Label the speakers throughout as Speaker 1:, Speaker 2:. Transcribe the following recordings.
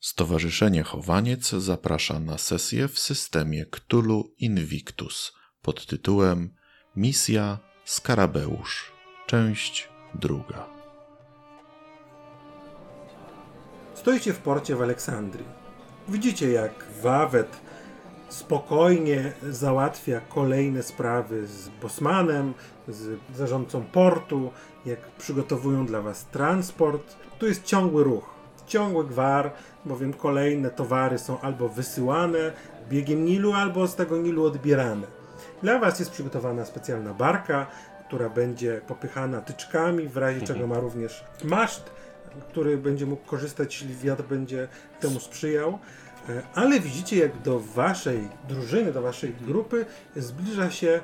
Speaker 1: Stowarzyszenie Chowaniec zaprasza na sesję w systemie Cthulhu Invictus pod tytułem Misja Skarabeusz, część druga.
Speaker 2: Stoicie w porcie w Aleksandrii. Widzicie, jak Wawet spokojnie załatwia kolejne sprawy z Bosmanem, z zarządcą portu, jak przygotowują dla was transport. Tu jest ciągły ruch, ciągły gwar, bowiem kolejne towary są albo wysyłane biegiem Nilu, albo z tego Nilu odbierane. Dla was jest przygotowana specjalna barka, która będzie popychana tyczkami, w razie czego ma również maszt, który będzie mógł korzystać, jeśli wiatr będzie temu sprzyjał. E, Ale widzicie, jak do waszej drużyny, do waszej grupy zbliża się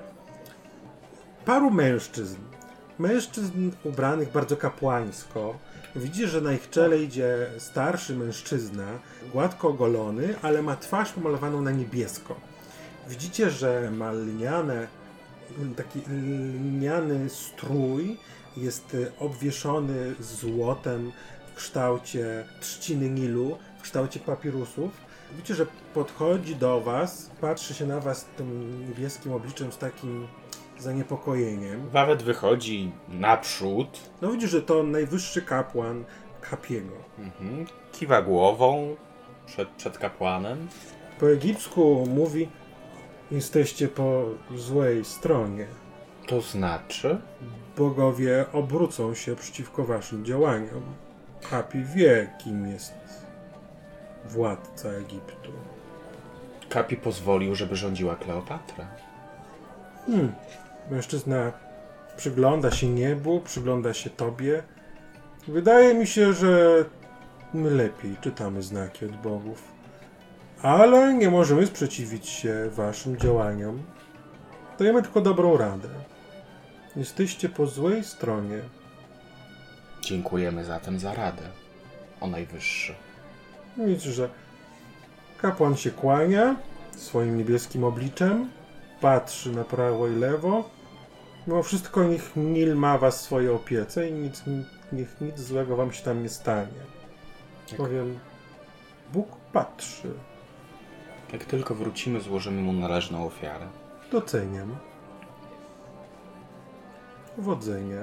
Speaker 2: paru mężczyzn. Mężczyzn ubranych bardzo kapłańsko. Widzicie, że na ich czele idzie starszy mężczyzna, gładko ogolony, ale ma twarz pomalowaną na niebiesko. Widzicie, że ma lniane, taki lniany strój, jest y, obwieszony złotem w kształcie trzciny Nilu, w kształcie papirusów. Widzicie, że podchodzi do was, patrzy się na was tym niebieskim obliczem z takim zaniepokojeniem.
Speaker 3: Wawet wychodzi naprzód,
Speaker 2: No widzisz, że to najwyższy kapłan Kapiego.
Speaker 3: mhm. kiwa głową przed, przed kapłanem.
Speaker 2: Po egipsku mówi, jesteście po złej stronie.
Speaker 3: To znaczy,
Speaker 2: Bogowie obrócą się przeciwko waszym działaniom. Kapi wie, kim jest władca Egiptu.
Speaker 3: Kapi pozwolił, żeby rządziła Kleopatra.
Speaker 2: Mężczyzna przygląda się niebu, przygląda się tobie. Wydaje mi się, że my lepiej czytamy znaki od bogów. Ale nie możemy sprzeciwić się waszym działaniom. Dajemy tylko dobrą radę. Jesteście po złej stronie.
Speaker 3: Dziękujemy zatem za radę. O najwyższy.
Speaker 2: Widzisz, że kapłan się kłania swoim niebieskim obliczem, patrzy na prawo i lewo. Mimo wszystko niech Nil ma was w swojej opiece i nic, niech nic złego wam się tam nie stanie.
Speaker 3: Tak.
Speaker 2: Powiem, Bóg patrzy.
Speaker 3: Jak tylko wrócimy, złożymy mu należną ofiarę.
Speaker 2: Doceniam. Powodzenia.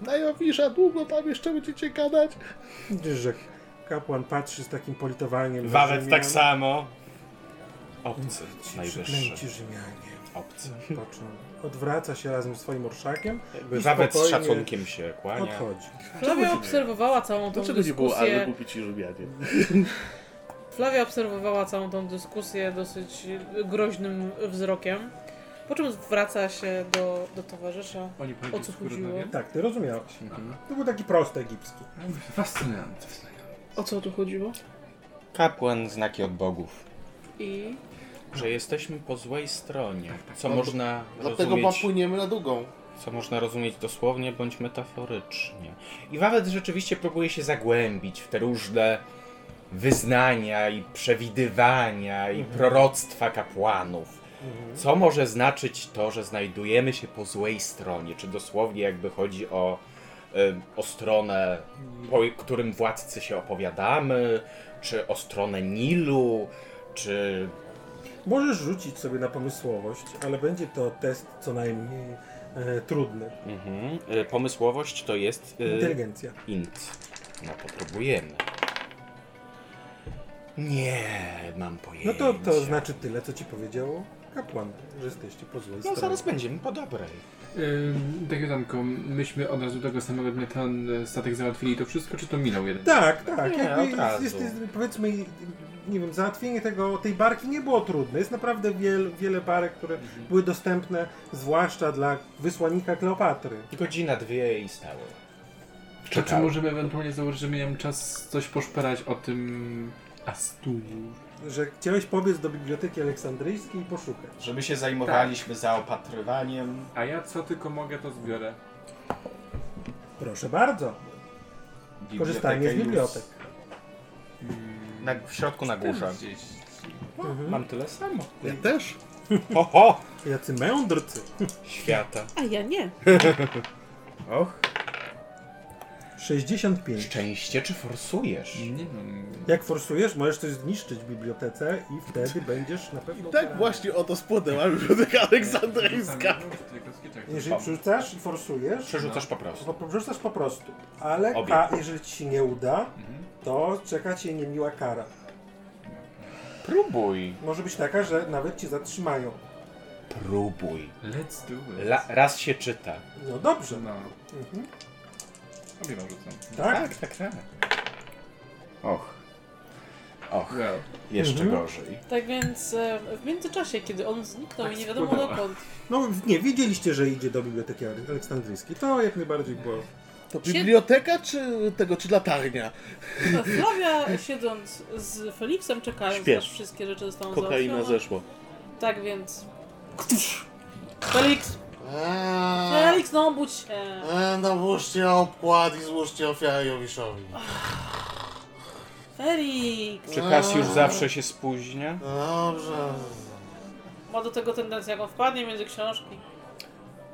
Speaker 4: Na Jowisza długo tam jeszcze będziecie gadać.
Speaker 2: Widzisz, że kapłan patrzy z takim politowaniem. na
Speaker 3: Wawet
Speaker 2: Rzymian.
Speaker 3: tak samo. Obcy,
Speaker 2: Ci
Speaker 3: najwyższy.
Speaker 2: Przeklęci Rzymianie.
Speaker 3: Obcy.
Speaker 2: Począ. Odwraca się razem z swoim orszakiem
Speaker 3: Jakby
Speaker 2: i
Speaker 3: Wawet z
Speaker 2: spokojnie
Speaker 3: szacunkiem się kłania.
Speaker 2: Odchodzi.
Speaker 5: Flavia obserwowała całą tą
Speaker 4: Dlaczego nie było
Speaker 5: dyskusję.
Speaker 4: Anny kupić i Rzymianie?
Speaker 5: Flavia obserwowała całą tą dyskusję dosyć groźnym wzrokiem. Po czym zwraca się do, do towarzysza.
Speaker 6: Oni
Speaker 5: O co chodziło?
Speaker 2: Tak, ty rozumiałeś.
Speaker 3: Mhm.
Speaker 2: To był taki prosty egipski.
Speaker 6: Fascynujące.
Speaker 5: O co tu chodziło?
Speaker 3: Kapłan, znaki od bogów.
Speaker 5: I
Speaker 3: Że jesteśmy po złej stronie.
Speaker 4: Tak,
Speaker 3: Co można
Speaker 4: No, Dlatego
Speaker 3: rozumieć...
Speaker 4: płyniemy na długą.
Speaker 3: co można rozumieć dosłownie bądź metaforycznie. I Wawet rzeczywiście próbuje się zagłębić w te różne wyznania i przewidywania i
Speaker 4: Mhm.
Speaker 3: proroctwa kapłanów. Co może znaczyć to, że znajdujemy się po złej stronie, czy dosłownie jakby chodzi o, y, o stronę, po którym władcy się opowiadamy, czy o stronę Nilu, czy
Speaker 2: Możesz rzucić sobie na pomysłowość, ale będzie to test co najmniej e, trudny.
Speaker 3: Mhm. Y, pomysłowość to jest... y,
Speaker 2: Inteligencja.
Speaker 3: int. No to próbujemy. Nie, mam pojęcie.
Speaker 2: No to, to znaczy tyle, co ci powiedział kapłan, że jesteście po złej
Speaker 3: No
Speaker 2: stronie.
Speaker 3: zaraz będziemy po dobrej.
Speaker 6: Ym, tak, Jotanko, myśmy od razu tego samego dnia ten e, statek załatwili to wszystko, czy to minął jeden?
Speaker 2: Tak, tak.
Speaker 3: Nie,
Speaker 2: jakby
Speaker 3: od razu.
Speaker 2: jest, jest, powiedzmy, nie wiem, załatwienie tego, tej barki nie było trudne. Jest naprawdę wiel, wiele barek, które
Speaker 3: Mhm.
Speaker 2: były dostępne, zwłaszcza dla wysłannika Kleopatry.
Speaker 3: Godzina, dwie i stało.
Speaker 6: To czy
Speaker 3: Czekałem.
Speaker 6: możemy ewentualnie założyć, że miałem czas coś poszperać o tym Astulu?
Speaker 2: Że chciałeś pobiec do Biblioteki Aleksandryjskiej i poszukać.
Speaker 3: Żeby się
Speaker 2: Tak.
Speaker 3: zajmowaliśmy zaopatrywaniem.
Speaker 6: A ja co tylko mogę, to zbiorę.
Speaker 2: Proszę bardzo. Korzystanie z bibliotek.
Speaker 3: Mm, Na, w środku na górze.
Speaker 6: Gdzieś.
Speaker 2: Mhm.
Speaker 3: Mam tyle samo.
Speaker 4: Ja też.
Speaker 3: Oho!
Speaker 2: Jacy mędrcy.
Speaker 3: Świata.
Speaker 5: A ja nie.
Speaker 3: Och.
Speaker 2: 65.
Speaker 3: Szczęście czy forsujesz?
Speaker 6: Nie no.
Speaker 2: Jak forsujesz, możesz coś zniszczyć w bibliotece i wtedy będziesz na pewno.
Speaker 4: Tak
Speaker 2: ukarany.
Speaker 4: właśnie o to spłynęła biblioteka Aleksandryjska.
Speaker 2: Jeżeli przerzucasz i forsujesz,
Speaker 3: Przerzucasz po
Speaker 2: to
Speaker 3: prostu.
Speaker 2: przerzucasz po prostu. Ale
Speaker 3: Obie.
Speaker 2: a jeżeli ci się nie uda, to czeka cię niemiła kara.
Speaker 3: Próbuj.
Speaker 2: Może być taka, że nawet cię zatrzymają.
Speaker 3: Próbuj.
Speaker 6: Let's do it.
Speaker 3: La, raz się czyta.
Speaker 2: No dobrze.
Speaker 6: No.
Speaker 2: Mhm.
Speaker 6: Obiema rzucam.
Speaker 2: Tak?
Speaker 3: tak, tak. Och. Och,
Speaker 6: Well.
Speaker 3: jeszcze gorzej.
Speaker 5: Tak więc e, w międzyczasie, kiedy on zniknął
Speaker 6: Tak
Speaker 5: i nie wiadomo
Speaker 6: spłynęła.
Speaker 5: dokąd,
Speaker 2: No nie, wiedzieliście, że idzie do biblioteki aleksandryjskiej. To jak najbardziej było.
Speaker 4: To biblioteka czy tego, czy latarnia?
Speaker 5: A Flavia siedząc z Feliksem czekając,
Speaker 4: Śpiesz.
Speaker 5: aż wszystkie rzeczy zostaną
Speaker 4: Kokaina
Speaker 5: załatwione.
Speaker 4: zeszła.
Speaker 5: Tak więc... Feliks!
Speaker 7: Eee,
Speaker 5: Feliks, no budź się!
Speaker 7: eee, no włóżcie obkład i złóżcie ofiarę Jowiszowi.
Speaker 5: Feliks!
Speaker 3: Czy Kasiusz zawsze się spóźnia?
Speaker 7: Dobrze.
Speaker 5: Ma do tego tendencję, jak on wpadnie między książki,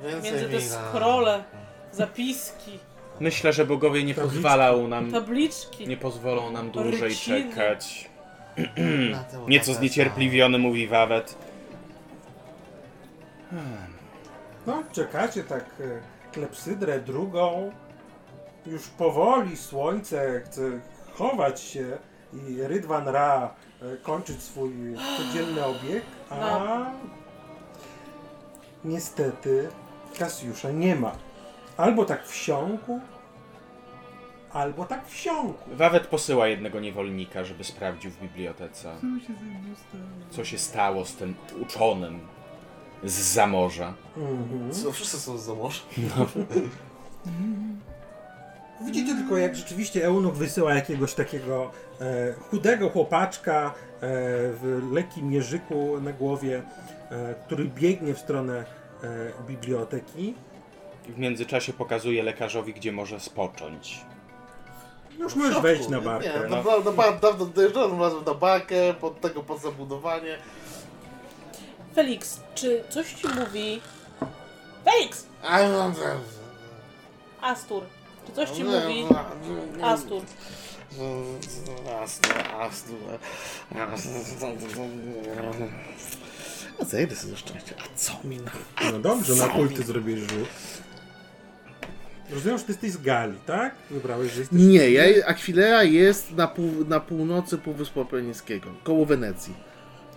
Speaker 7: Więcej
Speaker 5: między te
Speaker 7: wina.
Speaker 5: scrolle, zapiski,
Speaker 3: Myślę, że bogowie nie pozwalał nam,
Speaker 5: tabliczki.
Speaker 3: nie pozwolą nam dłużej
Speaker 5: Ryciny.
Speaker 3: czekać.
Speaker 7: Na tym
Speaker 3: Nieco
Speaker 7: taka
Speaker 3: zniecierpliwiony mówi Wawet.
Speaker 2: No, czekacie tak e, klepsydrę drugą. Już powoli słońce chce chować się i Rydwan Ra e, kończyć swój codzienny obieg, a niestety Kasjusza nie ma. Albo tak wsiąkł, albo tak wsiąkł.
Speaker 3: Wawet posyła jednego niewolnika, żeby sprawdził w bibliotece, co się stało z tym uczonym z zamorza.
Speaker 2: Mhm.
Speaker 7: sama. Co, no, wszyscy są z morza.
Speaker 2: Widzicie tylko, jak rzeczywiście Eunuch wysyła jakiegoś takiego e, chudego chłopaczka e, w lekkim jeżyku na głowie, e, który biegnie w stronę e, biblioteki.
Speaker 3: I w międzyczasie pokazuje lekarzowi, gdzie może spocząć.
Speaker 2: No Już
Speaker 7: W
Speaker 2: możesz
Speaker 7: środku.
Speaker 2: wejść na
Speaker 7: Nie,
Speaker 2: barkę.
Speaker 7: no. dawno, dawno, dawno dojeżdżałem razem na barkę, pod tego pod zabudowanie.
Speaker 5: Feliks, czy coś ci mówi... Feliks!
Speaker 7: A, no, no,
Speaker 5: Astur, czy coś ci
Speaker 7: no,
Speaker 5: mówi...
Speaker 7: no, no, no,
Speaker 5: Astur,
Speaker 7: Astur, Astur, no, Astur. no, A No, zejdę sobie ze szczęścia. A co mi na...
Speaker 2: no dobrze, na kulty zrobisz rzut. Rozumiem, że ty jesteś z Gali, tak? Wybrałeś, że jesteś...
Speaker 4: Nie, ja, Aquilera jest na, pół, na północy Półwyspu Apenińskiego, koło Wenecji.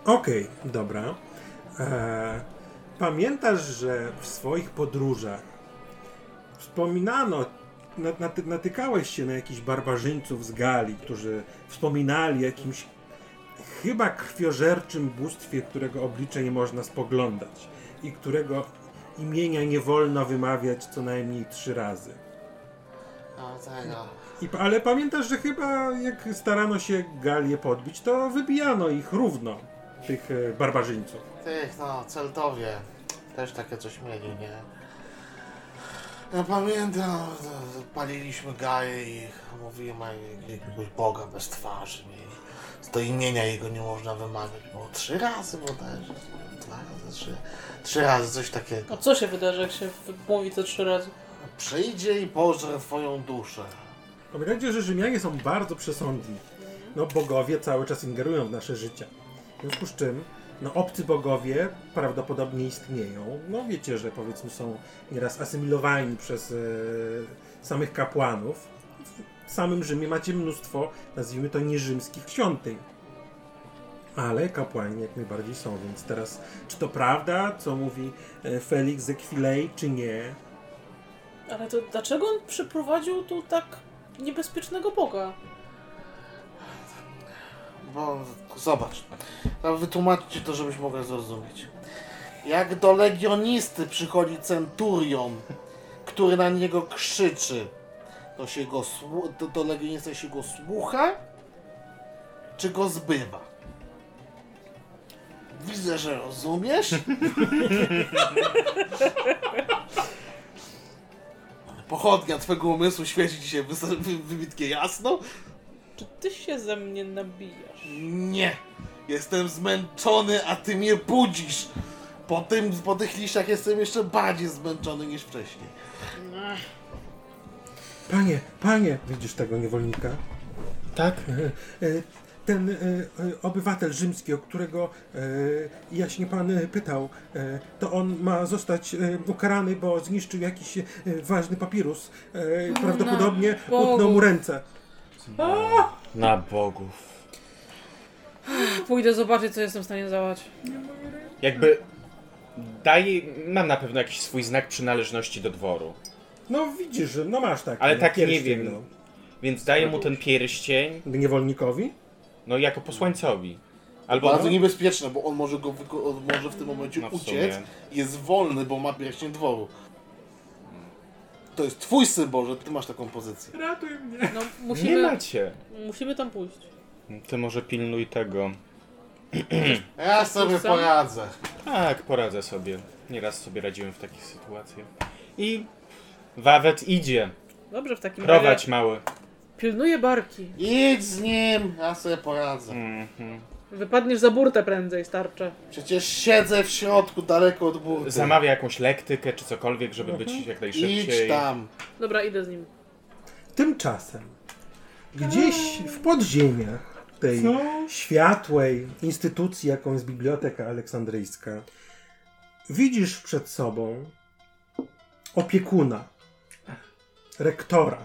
Speaker 2: Okej, dobra. E, pamiętasz, że w swoich podróżach wspominano, na- naty- natykałeś się na jakichś barbarzyńców z Galii, którzy wspominali o jakimś chyba krwiożerczym bóstwie, którego oblicze nie można spoglądać i którego imienia nie wolno wymawiać co najmniej trzy razy.
Speaker 7: A tego...
Speaker 2: I, ale pamiętasz, że chyba jak starano się Galię podbić, to wybijano ich równo, tych e, barbarzyńców.
Speaker 7: Tych, no, Celtowie też takie coś mieli, nie? Ja pamiętam, że paliliśmy gaje i mówiłem a jakiegoś boga bez twarzy mieli. Z do imienia jego nie można wymawiać, bo trzy razy bodajże, dwa razy, trzy, trzy razy coś takiego.
Speaker 5: no co się wydarzy, jak się mówi to trzy razy?
Speaker 7: Przyjdzie i pożre twoją duszę.
Speaker 2: Pamiętajcie, że Rzymianie są bardzo przesądni. No, bogowie cały czas ingerują w nasze życie. W związku z czym, no, obcy bogowie prawdopodobnie istnieją. No, wiecie, że powiedzmy są nieraz asymilowani przez e, samych kapłanów. W samym Rzymie macie mnóstwo, nazwijmy to, nierzymskich świątyń. Ale kapłani jak najbardziej są, więc teraz, czy to prawda, co mówi e, Felix ze Kwilej, czy nie,
Speaker 5: Ale to dlaczego on przyprowadził tu tak niebezpiecznego Boga?
Speaker 7: Bo zobacz, no, wytłumaczcie to, żebyś mogła zrozumieć. Jak do legionisty przychodzi centurion, który na niego krzyczy, to się go słu- to, to legionista się go słucha, czy go zbywa? Widzę, że rozumiesz. Pochodnia twego umysłu świeci ci się wys- wy- wybitnie jasno.
Speaker 5: Czy ty się ze mnie nabijasz?
Speaker 7: Nie! Jestem zmęczony, a ty mnie budzisz! Po, tym, po tych liściach jestem jeszcze bardziej zmęczony niż wcześniej.
Speaker 2: Panie, panie, widzisz tego niewolnika?
Speaker 3: Tak?
Speaker 2: E, Ten e, e, obywatel rzymski, o którego e, jaśnie pan e, pytał, e, to on ma zostać e, ukarany, bo zniszczył jakiś e, ważny papirus.
Speaker 6: Mm,
Speaker 2: E, Prawdopodobnie
Speaker 5: Bogu.
Speaker 2: utnął mu ręce.
Speaker 3: Na bogów.
Speaker 5: No, Pójdę zobaczyć, co jestem w stanie załać.
Speaker 3: Jakby daj, mam na pewno jakiś swój znak przynależności do dworu.
Speaker 2: No widzisz, że- no masz taki.
Speaker 3: Ale tak nie
Speaker 2: pierścień,
Speaker 3: wiem. Więc daję mu ten pierścień,
Speaker 2: No. Niewolnikowi?
Speaker 3: no jako posłańcowi. Albo
Speaker 7: Bardzo niebezpieczne, bo on może, go wyko- on może w tym momencie
Speaker 3: No w
Speaker 7: uciec.
Speaker 3: sumie.
Speaker 7: Jest wolny, bo ma pierścień dworu. To jest twój symbol, że ty masz taką pozycję.
Speaker 6: Ratuj mnie.
Speaker 5: No,
Speaker 3: nie
Speaker 5: musimy,
Speaker 3: macie.
Speaker 5: musimy tam pójść.
Speaker 3: Ty może pilnuj tego.
Speaker 7: Ja sobie
Speaker 5: sam?
Speaker 7: poradzę.
Speaker 3: Tak, poradzę sobie. Nieraz sobie radziłem w takich sytuacjach. I Wawet idzie.
Speaker 5: Dobrze, w takim
Speaker 3: Prowadź
Speaker 5: razie
Speaker 3: mały.
Speaker 5: pilnuję barki.
Speaker 7: Idź z nim, ja sobie poradzę.
Speaker 3: Mm.
Speaker 5: Wypadniesz za burtę prędzej, starcze.
Speaker 7: Przecież siedzę w środku, daleko od burty.
Speaker 3: Zamawia jakąś lektykę czy cokolwiek, żeby być jak najszybciej.
Speaker 7: Idź tam.
Speaker 5: Dobra, idę z nim.
Speaker 2: Tymczasem gdzieś w podziemiach tej światłej instytucji, jaką jest Biblioteka Aleksandryjska, widzisz przed sobą opiekuna, rektora,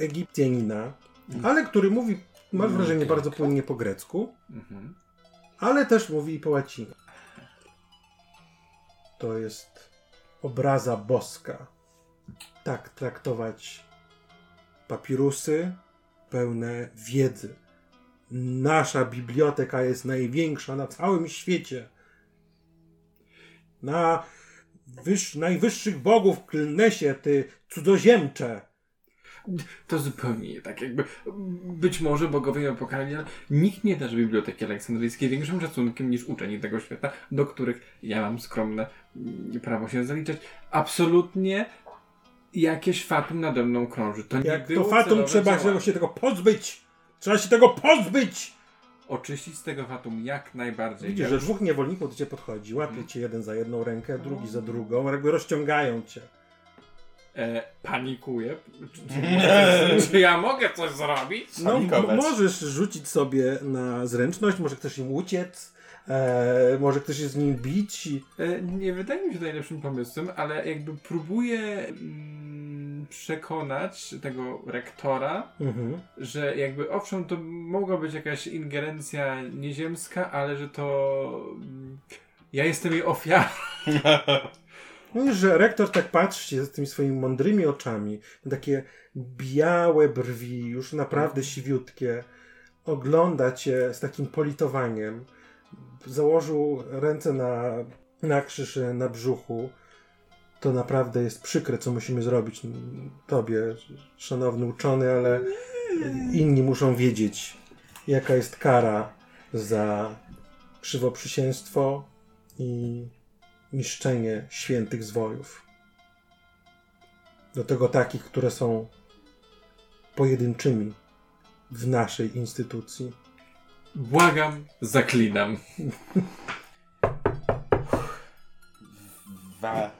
Speaker 2: Egipcjanina, ale który mówi, masz wrażenie, bardzo płynnie po grecku,
Speaker 6: Mhm.
Speaker 2: ale też mówi po łacinie. To jest obraza boska. Tak traktować papirusy pełne wiedzy. Nasza biblioteka jest największa na całym świecie. Na wyż, najwyższych bogów klnę się, ty cudzoziemcze.
Speaker 6: To zupełnie nie tak, jakby być może bogowie ją pokarali, ale nikt nie darzy Biblioteki Aleksandryjskiej większym szacunkiem niż uczeni tego świata, do których ja mam skromne mm, prawo się zaliczać. Absolutnie jakieś fatum nade mną krąży. To nie
Speaker 2: Jak to
Speaker 6: było
Speaker 2: fatum
Speaker 6: celowe
Speaker 2: trzeba
Speaker 6: działanie.
Speaker 2: się tego pozbyć! Trzeba się tego pozbyć!
Speaker 6: Oczyścić z tego fatum jak najbardziej.
Speaker 2: Widzisz,
Speaker 6: Ja
Speaker 2: że
Speaker 6: już-
Speaker 2: dwóch niewolników do ciebie podchodzi, łapie cię jeden za jedną rękę, drugi za drugą, jakby rozciągają cię.
Speaker 6: e, panikuję. Czy, czy, czy, czy ja mogę coś zrobić?
Speaker 2: No, m-
Speaker 3: Panikować.
Speaker 2: możesz rzucić sobie na zręczność, może chcesz im uciec, e, może chcesz się z nim bić. i-
Speaker 6: E, Nie wydaje mi się najlepszym pomysłem, ale jakby próbuję mm, przekonać tego rektora,
Speaker 2: Mhm.
Speaker 6: że jakby owszem, to mogła być jakaś ingerencja nieziemska, ale że to mm, ja jestem jej ofiarą.
Speaker 2: Mówisz, że rektor tak patrzy się z tymi swoimi mądrymi oczami, takie białe brwi, już naprawdę siwiutkie, ogląda cię z takim politowaniem. Założył ręce na, na krzyż, e, na brzuchu. To naprawdę jest przykre, co musimy zrobić m, tobie, szanowny uczony, ale inni muszą wiedzieć, jaka jest kara za krzywoprzysięstwo i niszczenie świętych zwojów. Do tego takich, które są pojedynczymi w naszej instytucji.
Speaker 6: Błagam, zaklinam.
Speaker 3: Wa...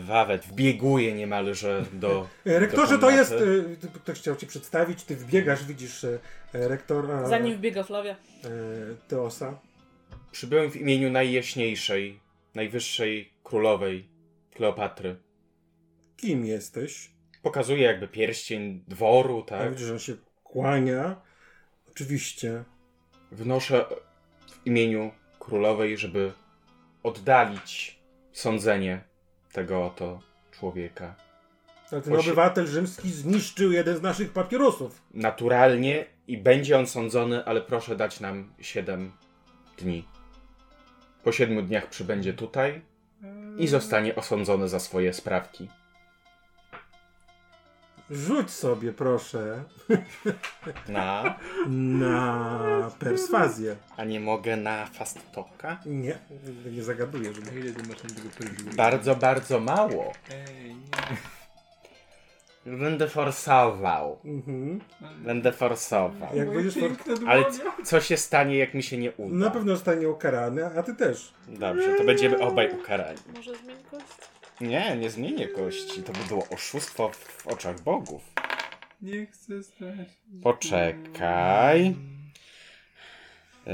Speaker 3: Wawet wbieguje niemalże do.
Speaker 2: E, Rektorze,
Speaker 3: do
Speaker 2: to
Speaker 3: komnaty.
Speaker 2: jest. e, ty- Ktoś chciał cię przedstawić, ty wbiegasz, widzisz e, e, rektora
Speaker 5: Zanim wbiega Flavia.
Speaker 2: e, Teosa.
Speaker 3: Przybyłem w imieniu najjaśniejszej, najwyższej królowej Kleopatry.
Speaker 2: Kim jesteś?
Speaker 3: Pokazuje jakby pierścień dworu,
Speaker 2: A
Speaker 3: tak?
Speaker 2: widzisz, że on się kłania. Oczywiście.
Speaker 3: Wnoszę w imieniu królowej, żeby oddalić sądzenie tego oto człowieka.
Speaker 2: Ale ten
Speaker 3: Osi-
Speaker 2: obywatel rzymski zniszczył jeden z naszych papierosów.
Speaker 3: Naturalnie i będzie on sądzony, ale proszę dać nam 7 dni. Po 7 dniach przybędzie tutaj i zostanie osądzony za swoje sprawki.
Speaker 2: Rzuć sobie, proszę,
Speaker 3: Na.
Speaker 2: na perswazję.
Speaker 3: A nie mogę na fast talka?
Speaker 2: Nie, nie zagaduję, żeby
Speaker 6: Na ile ty masz na tego prężu?
Speaker 3: Bardzo, bardzo mało.
Speaker 6: Ej, nie.
Speaker 3: Będę forsował.
Speaker 2: Mhm.
Speaker 3: Będę forsował.
Speaker 2: Jak
Speaker 6: Moje
Speaker 2: będziesz for...
Speaker 6: piękne dłonie.
Speaker 3: Ale c- co się stanie, jak mi się nie uda?
Speaker 2: Na pewno zostanie ukarany, a ty też.
Speaker 3: Dobrze, to będziemy obaj ukarani.
Speaker 5: Może zmień kość?
Speaker 3: Nie, nie zmienię kości. To by było oszustwo w, w oczach bogów.
Speaker 6: Nie chcę stracić.
Speaker 3: Poczekaj. Yy,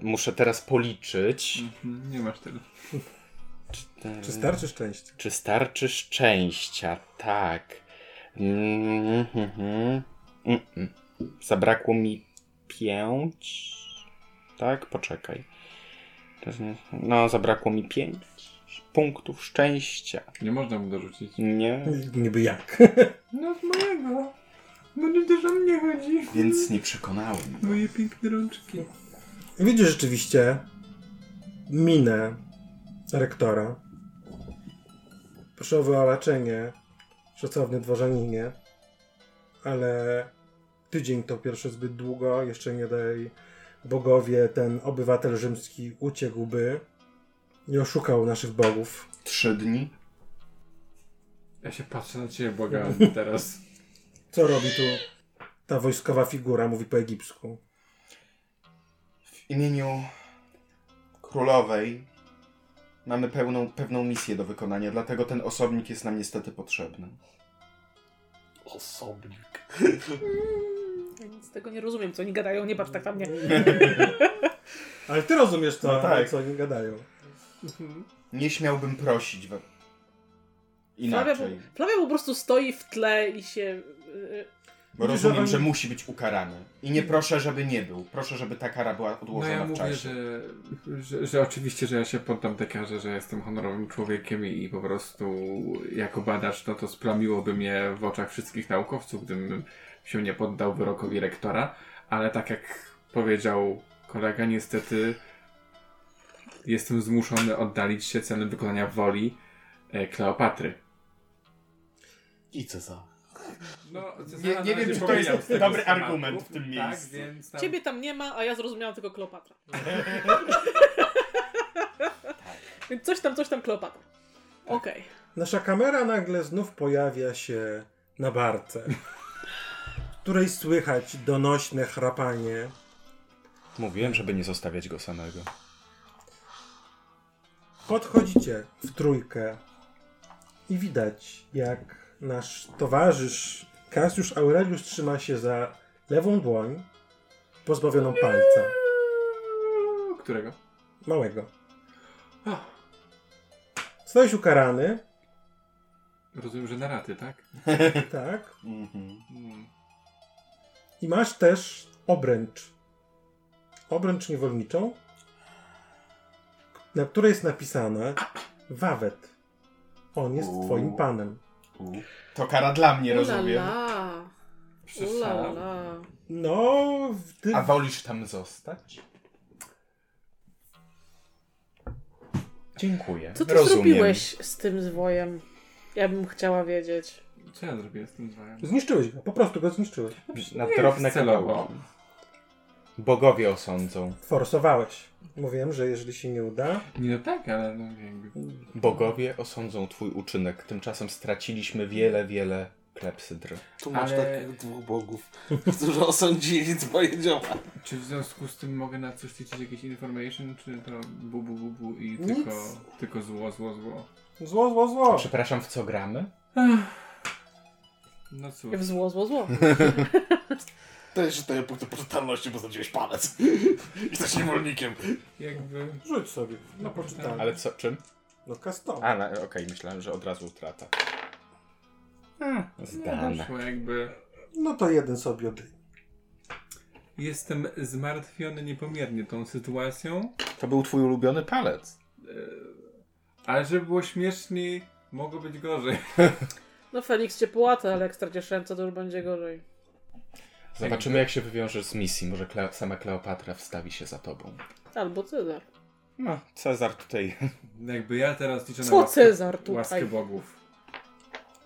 Speaker 3: muszę teraz policzyć.
Speaker 6: Mhm, nie masz tyle.
Speaker 2: Czy starczy szczęścia?
Speaker 3: Czy starczy szczęścia? Tak. Mm, mhm, mhm. Mm, mm. Zabrakło mi pięć. Tak, poczekaj. To jest nie- No, zabrakło mi pięć punktów szczęścia.
Speaker 6: Nie można mu dorzucić.
Speaker 3: Nie.
Speaker 2: Niby jak?
Speaker 6: No z mojego. No nie też o mnie chodzi.
Speaker 3: Więc nie przekonałem.
Speaker 6: Moje piękne rączki.
Speaker 2: Widzisz rzeczywiście minę rektora. Proszę o wyalaczenie, szacowny dworzaninie, ale tydzień to pierwszy zbyt długo, jeszcze nie daj bogowie, ten obywatel rzymski uciekłby i oszukał naszych bogów.
Speaker 3: Trzy dni.
Speaker 6: Ja się patrzę na ciebie, błagam teraz.
Speaker 2: Co robi tu ta wojskowa figura, mówi po egipsku.
Speaker 3: W imieniu królowej mamy pełną, pewną misję do wykonania, dlatego ten osobnik jest nam niestety potrzebny.
Speaker 7: Osobnik.
Speaker 5: Ja nic z tego nie rozumiem, co oni gadają, nie patrz tak na mnie.
Speaker 2: Ale ty rozumiesz to,
Speaker 3: No tak.
Speaker 2: co oni gadają.
Speaker 3: Nie śmiałbym prosić we...
Speaker 5: Flavia
Speaker 3: inaczej.
Speaker 5: po, Flavia po prostu stoi w tle i się... y,
Speaker 3: Bo rozumiem, że musi być ukarany. I nie proszę, żeby nie był. Proszę, żeby ta kara była
Speaker 6: No
Speaker 3: odłożona
Speaker 6: ja
Speaker 3: w
Speaker 6: mówię,
Speaker 3: czasie.
Speaker 6: że, że, że oczywiście, że ja się poddam tej karze, że jestem honorowym człowiekiem i, i po prostu jako badacz, no to splamiłoby mnie w oczach wszystkich naukowców, gdybym się nie poddał wyrokowi rektora, ale tak jak powiedział kolega, niestety jestem zmuszony oddalić się celem wykonania woli e, Kleopatry.
Speaker 7: I co za?
Speaker 6: No,
Speaker 3: Nie- nie wiem, czy to jest dobry argument w tym
Speaker 6: Tak,
Speaker 3: miejscu.
Speaker 6: więc tam...
Speaker 5: Ciebie tam nie ma, a ja zrozumiałam tylko Kleopatra. Więc coś tam, coś tam Kleopatra. Okej.
Speaker 2: Nasza kamera nagle znów pojawia się na barce, w której słychać donośne chrapanie.
Speaker 3: Mówiłem, żeby nie zostawiać go samego.
Speaker 2: Podchodzicie w trójkę i widać, jak nasz towarzysz Cassius Aurelius trzyma się za lewą dłoń pozbawioną palca.
Speaker 6: Którego?
Speaker 2: Małego.
Speaker 6: O,
Speaker 2: Zostałeś ukarany,
Speaker 6: rozumiem, że na raty, tak?
Speaker 2: tak,
Speaker 3: Mhm.
Speaker 6: Mm.
Speaker 2: i masz też obręcz. Obręcz niewolniczą, na której jest napisane Wawet. On jest
Speaker 3: Uuu.
Speaker 2: twoim panem.
Speaker 3: To kara dla mnie, rozumiem.
Speaker 5: Ulala.
Speaker 6: Przesadam.
Speaker 5: Ulala.
Speaker 2: No, w ty...
Speaker 3: A wolisz tam zostać? Dziękuję.
Speaker 5: Co ty
Speaker 3: rozumiem.
Speaker 5: zrobiłeś z tym zwojem? Ja bym chciała wiedzieć.
Speaker 6: Co ja zrobię z tym dwojem?
Speaker 2: zniszczyłeś go, po prostu go zniszczyłeś.
Speaker 3: Na drobne
Speaker 6: celowo.
Speaker 3: kawałki. Bogowie osądzą.
Speaker 2: Forsowałeś. Mówiłem, że jeżeli się nie uda,
Speaker 6: Nie no tak, ale no jakby...
Speaker 3: Bogowie osądzą twój uczynek. Tymczasem straciliśmy wiele, wiele klepsydr.
Speaker 7: Tu masz
Speaker 6: Ale-
Speaker 7: takich dwóch bogów, którzy osądzili twoje dzieła.
Speaker 6: Czy w związku z tym mogę na coś liczyć jakieś information, czy to bu bu bu bu i tylko, tylko zło, zło, zło?
Speaker 2: zło, zło, zło.
Speaker 3: Przepraszam, w co gramy?
Speaker 6: No cóż,
Speaker 5: W zło, zło, zło.
Speaker 7: To jest cztery punkty poczytalności, bo straciłeś palec. Jesteś niewolnikiem.
Speaker 6: jakby...
Speaker 2: Rzuć sobie na poczytanie.
Speaker 3: Ale co, czym?
Speaker 2: No custom.
Speaker 3: A, na- okej, myślałem, że od razu utrata.
Speaker 6: No
Speaker 3: Zdane.
Speaker 6: wyszło jakby...
Speaker 2: No to jeden sobie odejmij.
Speaker 6: Jestem zmartwiony niepomiernie tą sytuacją,
Speaker 3: To był twój ulubiony palec.
Speaker 6: ale żeby było śmieszniej, mogło być gorzej.
Speaker 5: No Feniks cię połata, ale jak stracisz ręce, to już będzie gorzej.
Speaker 3: Zobaczymy, jak się wywiążesz z misji. Może Kleo- sama Kleopatra wstawi się za tobą.
Speaker 5: Albo Cezar.
Speaker 3: No, Cezar tutaj.
Speaker 6: Jakby ja teraz liczę na
Speaker 5: Co
Speaker 6: łaskę,
Speaker 5: Cezar
Speaker 6: łaskę
Speaker 5: tutaj?
Speaker 6: bogów.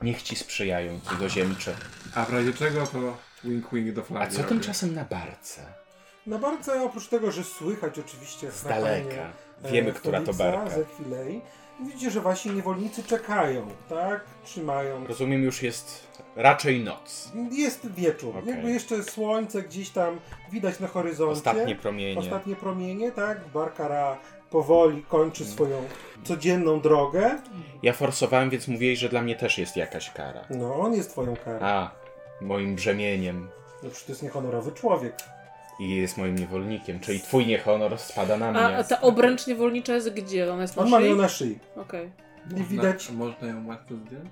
Speaker 3: Niech ci sprzyjają, cudzoziemcze.
Speaker 6: A w razie czego to wink wink do
Speaker 3: A
Speaker 6: flagi
Speaker 3: co
Speaker 6: robię.
Speaker 3: tymczasem na barce?
Speaker 2: Na barce, oprócz tego, że słychać oczywiście
Speaker 3: Z
Speaker 2: chrapanie,
Speaker 3: daleka.
Speaker 2: e,
Speaker 3: Wiemy, która to
Speaker 2: Feliksa
Speaker 3: barka.
Speaker 2: Ze chwilei. Widzicie, że wasi niewolnicy czekają, tak? Trzymają.
Speaker 3: Rozumiem, już jest raczej noc.
Speaker 2: Jest wieczór.
Speaker 3: Okej.
Speaker 2: Jakby jeszcze słońce gdzieś tam widać na horyzoncie.
Speaker 3: Ostatnie promienie.
Speaker 2: Ostatnie promienie, tak? Barkara powoli kończy
Speaker 3: Mm.
Speaker 2: swoją codzienną drogę.
Speaker 3: Ja forsowałem, więc mówiłeś, że dla mnie też jest jakaś kara.
Speaker 2: No, on jest twoją karą.
Speaker 3: A, moim brzemieniem
Speaker 2: No przecież to jest niehonorowy człowiek.
Speaker 3: i jest moim niewolnikiem, czyli twój niehonor spada na mnie.
Speaker 5: A ta obręcz niewolnicza jest gdzie? Ona jest na
Speaker 2: On ma
Speaker 5: szyi?
Speaker 2: ją na szyi.
Speaker 5: Okej.
Speaker 2: Nie widać.
Speaker 6: Można ją łatwo zdjąć?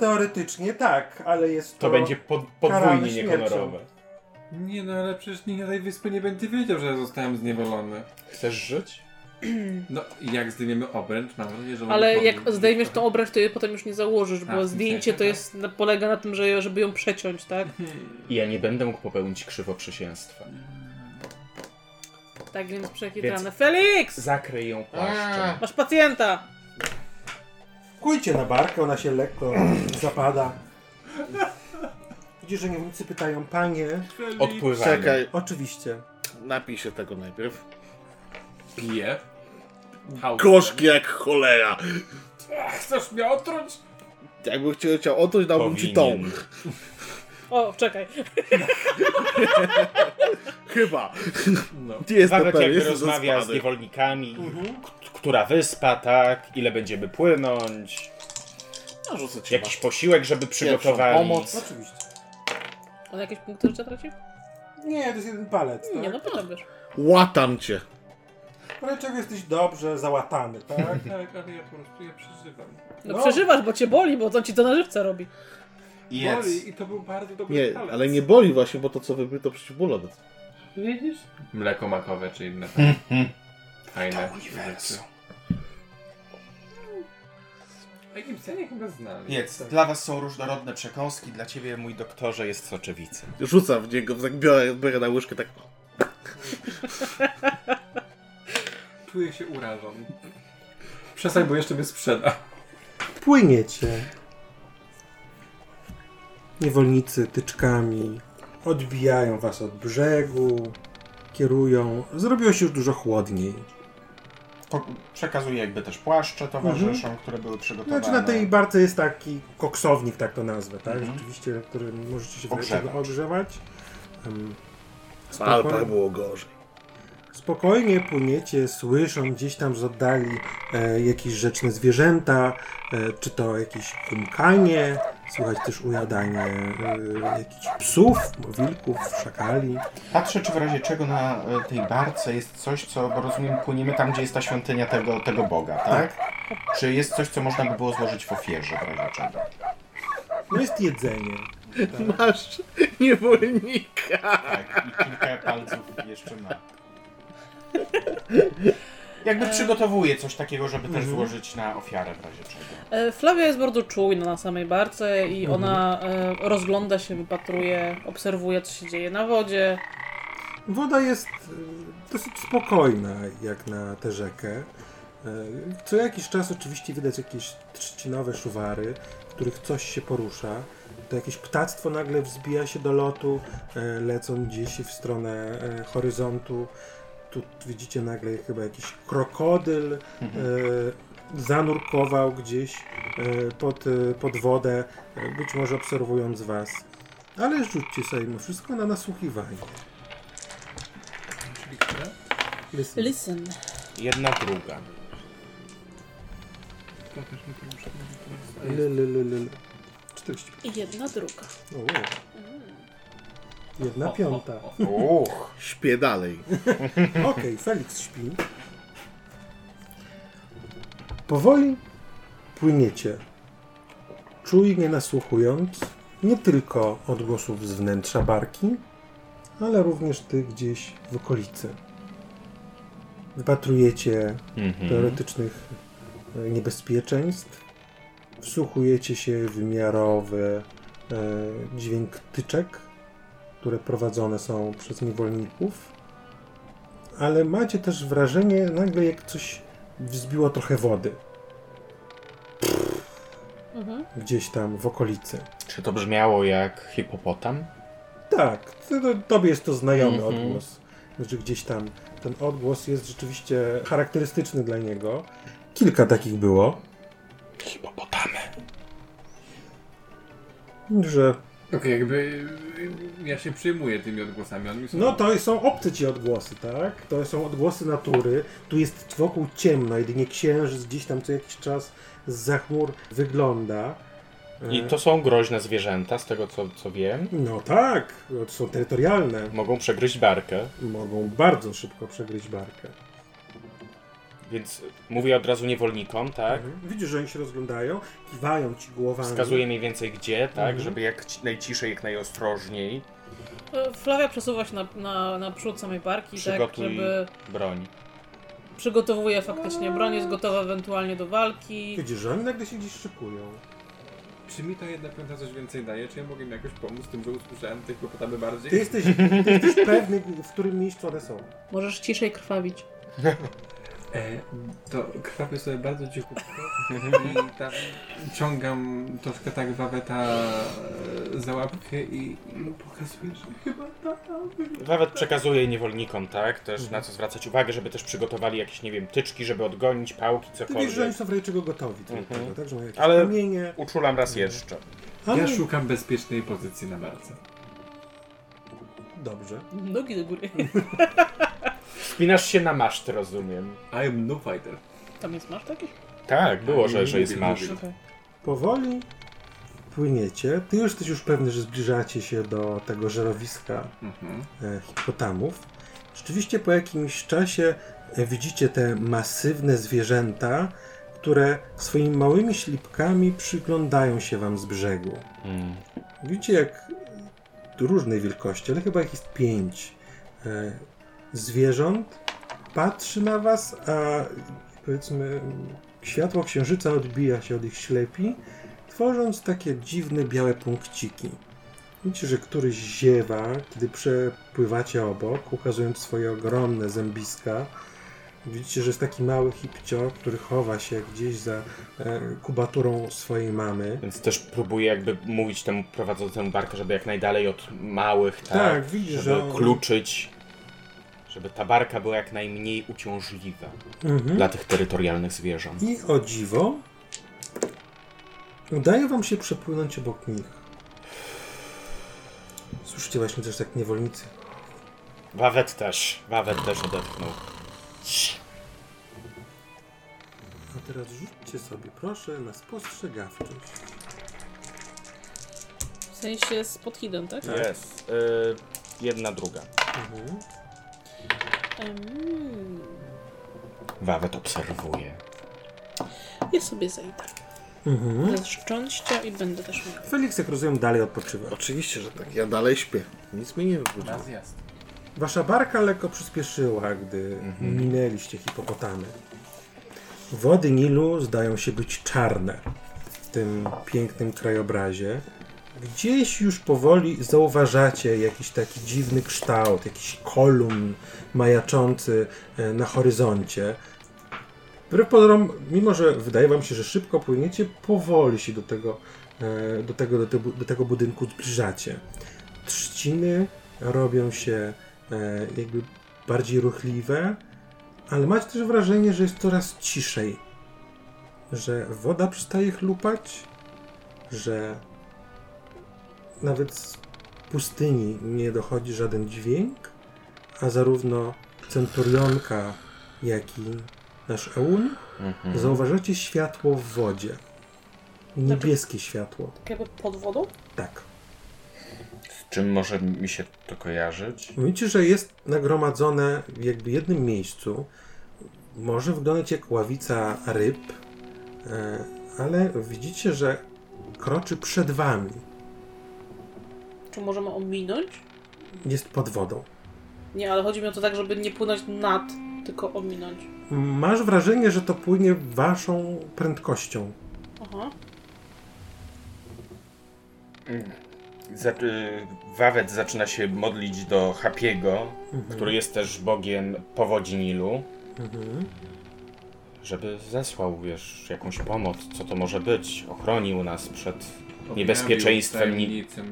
Speaker 2: Teoretycznie tak, ale jest to...
Speaker 3: To będzie po,
Speaker 2: karane
Speaker 3: podwójnie
Speaker 2: śmiercią.
Speaker 3: niehonorowe.
Speaker 6: Nie no, ale przecież nikt na tej wyspie nie będzie wiedział, że zostałem zniewolony.
Speaker 3: Chcesz żyć?
Speaker 6: No, i jak zdejmiemy obręcz, mam nadzieję, że...
Speaker 5: Ale
Speaker 6: mogę
Speaker 5: jak
Speaker 6: powiedzieć,
Speaker 5: zdejmiesz
Speaker 6: że-
Speaker 5: tą obręcz, to jej potem już nie założysz,
Speaker 6: A, w
Speaker 5: bo
Speaker 6: tym
Speaker 5: zdjęcie
Speaker 6: sensie,
Speaker 5: to
Speaker 6: tak.
Speaker 5: jest, na- polega na tym, że, żeby ją przeciąć, tak?
Speaker 3: I ja nie będę mógł popełnić krzywoprzysięstwa.
Speaker 5: Tak więc przekitrane. Felix!
Speaker 3: Zakryj ją płaszczem.
Speaker 5: Masz pacjenta!
Speaker 2: Kujcie na barkę, ona się lekko zapada. Widzisz, że niewolnicy pytają, panie...
Speaker 3: Eee, Odpływamy.
Speaker 4: Czekaj,
Speaker 2: Oczywiście.
Speaker 4: napiszę tego najpierw.
Speaker 6: Pije. Hałas.
Speaker 4: Gorzki jak cholera.
Speaker 6: Chcesz mnie otruć?
Speaker 4: Jakby chciał, chciał otoć, dałbym ci tą.
Speaker 3: Powinien.
Speaker 5: O, czekaj.
Speaker 4: Chyba.
Speaker 6: No.
Speaker 4: Gdzie jest
Speaker 3: Wawek
Speaker 4: to
Speaker 3: jakby
Speaker 4: jest
Speaker 3: rozmawia z niewolnikami, k- która wyspa, tak, ile będziemy płynąć,
Speaker 4: No, rzucę ci
Speaker 3: jakiś posiłek, żeby przygotowali.
Speaker 4: pomoc.
Speaker 2: Oczywiście.
Speaker 5: On jakieś punkty życia traci?
Speaker 2: Nie, to jest jeden palec, tak?
Speaker 5: Nie, no pytam wiesz.
Speaker 4: Łatam cię.
Speaker 2: Dlaczego jesteś dobrze załatany, tak?
Speaker 6: Tak, ale ja po prostu ja przeżywam.
Speaker 5: No,
Speaker 2: No.
Speaker 5: przeżywasz, bo cię boli, bo on ci to na żywca robi.
Speaker 6: Boli i to był bardzo dobry
Speaker 4: Nie,
Speaker 6: palec.
Speaker 4: ale nie boli właśnie, bo to co wypyto przeciwbólowe.
Speaker 6: Widzisz? Mleko makowe czy inne.
Speaker 4: Hmm,
Speaker 6: Fajne rzeczy. Egipcjanie chyba znali.
Speaker 3: Jedz. Dla was są różnorodne przekąski, dla ciebie, mój doktorze, jest soczewica.
Speaker 4: Rzucam w niego, tak biorę, biorę na łyżkę, tak
Speaker 6: Czuję się urażony. Przestań, bo jeszcze mnie sprzeda.
Speaker 2: Płyniecie. Niewolnicy tyczkami odbijają was od brzegu, kierują. Zrobiło się już dużo chłodniej.
Speaker 3: Przekazuję jakby też płaszcze towarzyszom,
Speaker 4: Mhm.
Speaker 3: które były przygotowane.
Speaker 2: Znaczy na tej barce jest taki koksownik, tak to nazwę, tak? Rzeczywiście, na którym możecie się
Speaker 3: Ogrzewać.
Speaker 2: tego ogrzewać. Em,
Speaker 4: Ale było gorzej.
Speaker 2: Spokojnie płyniecie, słyszą gdzieś tam z oddali e, jakieś rzeczne zwierzęta, e, czy to jakieś kumkanie, słychać też ujadanie e, jakichś psów, wilków, szakali.
Speaker 8: Patrzę, czy w razie czego na e, tej barce jest coś, co, bo rozumiem, płyniemy tam, gdzie jest ta świątynia tego, tego Boga, tak? Czy jest coś, co można by było złożyć w ofierze w razie czego?
Speaker 2: No jest jedzenie.
Speaker 4: Masz niewolnika.
Speaker 8: Tak, i kilka palców jeszcze ma.
Speaker 3: E.
Speaker 8: Jakby przygotowuję coś takiego, żeby też
Speaker 3: Mhm.
Speaker 8: złożyć na ofiarę w razie czego.
Speaker 5: E, Flavia jest bardzo czujna na samej barce i ona e, rozgląda się, wypatruje, obserwuje, co się dzieje na wodzie.
Speaker 2: Woda jest e, dosyć spokojna jak na tę rzekę. E, Co jakiś czas oczywiście widać jakieś trzcinowe szuwary, w których coś się porusza. To jakieś ptactwo nagle wzbija się do lotu, e, lecą gdzieś w stronę e, horyzontu. Tu widzicie nagle chyba jakiś krokodyl e, zanurkował gdzieś e, pod, e, pod wodę, e, być może obserwując was. Ale rzućcie sobie mimo wszystko na nasłuchiwanie. Listen.
Speaker 5: Listen.
Speaker 3: Jedna, druga.
Speaker 2: L, l, l, l. 40.
Speaker 5: I jedna, druga.
Speaker 2: O, wow. Jedna piąta.
Speaker 8: Uch,
Speaker 4: Śpię dalej.
Speaker 2: Okej, Felix śpi. Powoli płyniecie, czujnie nasłuchując nie tylko odgłosów z wnętrza barki, ale również tych gdzieś w okolicy. Wypatrujecie teoretycznych e, niebezpieczeństw, wsłuchujecie się w miarowy e, dźwięk tyczek, które prowadzone są przez niewolników ale macie też wrażenie nagle jak coś wzbiło trochę wody. Gdzieś tam w okolicy.
Speaker 3: Czy to brzmiało jak hipopotam?
Speaker 2: Tak, to- to- tobie jest to znajomy odgłos. Znaczy gdzieś tam ten odgłos jest rzeczywiście charakterystyczny dla niego. Kilka takich było,
Speaker 3: Hipopotamy.
Speaker 2: że
Speaker 6: Okej, Tak, jakby y, ja się przyjmuję tymi odgłosami. Oni są...
Speaker 2: no to są obce ci odgłosy, tak? To są odgłosy natury. Tu jest wokół ciemno, jedynie księżyc gdzieś tam co jakiś czas z chmur wygląda.
Speaker 3: I to są groźne zwierzęta, z tego co, co wiem.
Speaker 2: No tak, to są terytorialne.
Speaker 3: Mogą przegryźć barkę,
Speaker 2: Mogą bardzo szybko przegryźć barkę.
Speaker 3: więc mówię od razu niewolnikom, tak?
Speaker 2: Widzisz, że oni się rozglądają, kiwają ci głowami.
Speaker 3: Wskazuje mniej więcej gdzie, tak?
Speaker 2: Mhm.
Speaker 3: Żeby jak ci- najciszej, jak najostrożniej
Speaker 5: E, Flavia przesuwa się na, na, na przód samej barki, tak,
Speaker 3: Przygotuj.
Speaker 5: żeby
Speaker 3: broń.
Speaker 5: przygotowuje faktycznie broń, jest gotowa ewentualnie do walki.
Speaker 2: Widzisz, że oni nagle się gdzieś szykują.
Speaker 6: Czy mi ta jedna piąta coś więcej daje? Czy ja mogę im jakoś pomóc tym, że usłyszałem tych kłopotamy bardziej?
Speaker 2: Ty jesteś, ty jesteś pewny, w którym miejscu one są.
Speaker 5: Możesz ciszej krwawić.
Speaker 6: E, to krwawię sobie bardzo cichutko
Speaker 2: Mhm.
Speaker 6: i tam ciągam troszkę tak waweta e, za łapkę i, i mu pokazuję, że chyba da.
Speaker 3: Nawet przekazuje niewolnikom, tak?
Speaker 2: Mhm.
Speaker 3: Też na co zwracać uwagę, żeby też przygotowali jakieś, nie wiem, tyczki, żeby odgonić, pałki,
Speaker 2: Ty wiesz, że oni
Speaker 3: cokolwiek.
Speaker 2: są w razie czego gotowi do tego, tak? Że mają jakieś
Speaker 3: Mhm. Ale-
Speaker 2: kamienie.
Speaker 3: Uczulam raz
Speaker 2: Mhm.
Speaker 3: jeszcze.
Speaker 2: Ale...
Speaker 6: Ja szukam bezpiecznej pozycji na barce.
Speaker 2: Dobrze.
Speaker 5: Nogi do góry.
Speaker 3: Wspinasz się na maszt, rozumiem.
Speaker 6: I am no fighter.
Speaker 5: Tam jest masz taki?
Speaker 3: Tak, było, że,
Speaker 6: nie
Speaker 3: że jest
Speaker 6: lubię,
Speaker 3: maszt.
Speaker 6: lubię.
Speaker 5: Okej.
Speaker 2: Powoli płyniecie. Ty już jesteś już pewny, że zbliżacie się do tego żerowiska
Speaker 6: Mhm.
Speaker 2: e, hipotamów. Rzeczywiście po jakimś czasie e, widzicie te masywne zwierzęta, które swoimi małymi ślipkami przyglądają się wam z brzegu.
Speaker 3: Mm.
Speaker 2: Widzicie jak różnej wielkości, ale chyba ich jest pięć e, zwierząt patrzy na was, a powiedzmy mm, światło księżyca odbija się od ich ślepi, tworząc takie dziwne białe punkciki. Widzicie, że któryś ziewa, kiedy przepływacie obok, ukazując swoje ogromne zębiska. Widzicie, że jest taki mały hipcio, który chowa się gdzieś za e, kubaturą swojej mamy.
Speaker 3: Więc też próbuję jakby mówić temu prowadzącemu barkę, żeby jak najdalej od małych, tak?
Speaker 2: Tak, widzisz, że
Speaker 3: żeby
Speaker 2: on-
Speaker 3: kluczyć, żeby ta barka była jak najmniej uciążliwa
Speaker 2: Mhm.
Speaker 3: dla tych terytorialnych zwierząt.
Speaker 2: I o dziwo, udaje wam się przepłynąć obok nich. Słyszycie właśnie też tak niewolnicy.
Speaker 3: Wawet też, Wawet też odetchnął.
Speaker 2: A teraz rzućcie sobie proszę na spostrzegawczość.
Speaker 5: W sensie z podhidem, tak?
Speaker 3: Jest. Y, jedna, druga.
Speaker 2: Mhm.
Speaker 5: Mm,
Speaker 3: Wawet obserwuje.
Speaker 5: ja sobie zejdę.
Speaker 2: Mhm.
Speaker 5: Ze szczęścia i będę też miał.
Speaker 2: Felix, jak rozumiem, dalej odpoczywa.
Speaker 4: Oczywiście, że tak. Ja dalej śpię. Nic mnie nie wybudziło.
Speaker 6: Zjazd.
Speaker 2: Wasza barka lekko przyspieszyła, gdy minęliście hipopotamy. Wody Nilu zdają się być czarne w tym pięknym krajobrazie. Gdzieś już powoli zauważacie jakiś taki dziwny kształt, jakiś kolumn majaczący e, na horyzoncie. Wbrew pozorom, mimo że wydaje wam się, że szybko płyniecie, powoli się do tego, e, do tego, do, te, do tego budynku zbliżacie. Trzciny robią się e, jakby bardziej ruchliwe, ale macie też wrażenie, że jest coraz ciszej. Że woda przestaje chlupać, że nawet z pustyni nie dochodzi żaden dźwięk, a zarówno centurionka, jak i nasz Eun zauważacie światło w wodzie. Niebieskie światło.
Speaker 5: Tak jakby pod wodą?
Speaker 2: Tak.
Speaker 3: Z czym może mi się to kojarzyć?
Speaker 2: Mówicie, że jest nagromadzone w jakby jednym miejscu. Może wyglądać jak ławica ryb, e, ale widzicie, że kroczy przed wami.
Speaker 5: Czy możemy ominąć?
Speaker 2: Jest pod wodą.
Speaker 5: Nie, ale chodzi mi o to tak, żeby nie płynąć nad, tylko ominąć.
Speaker 2: Masz wrażenie, że to płynie waszą prędkością.
Speaker 5: Aha.
Speaker 3: Za- y, Wawet zaczyna się modlić do Hapiego,
Speaker 7: Mhm.
Speaker 3: który jest też bogiem powodzi Nilu,
Speaker 7: Mhm.
Speaker 3: żeby zesłał, wiesz, jakąś pomoc, co to może być, ochronił nas przed niebezpieczeństwem,
Speaker 6: Objawił tajemnicę.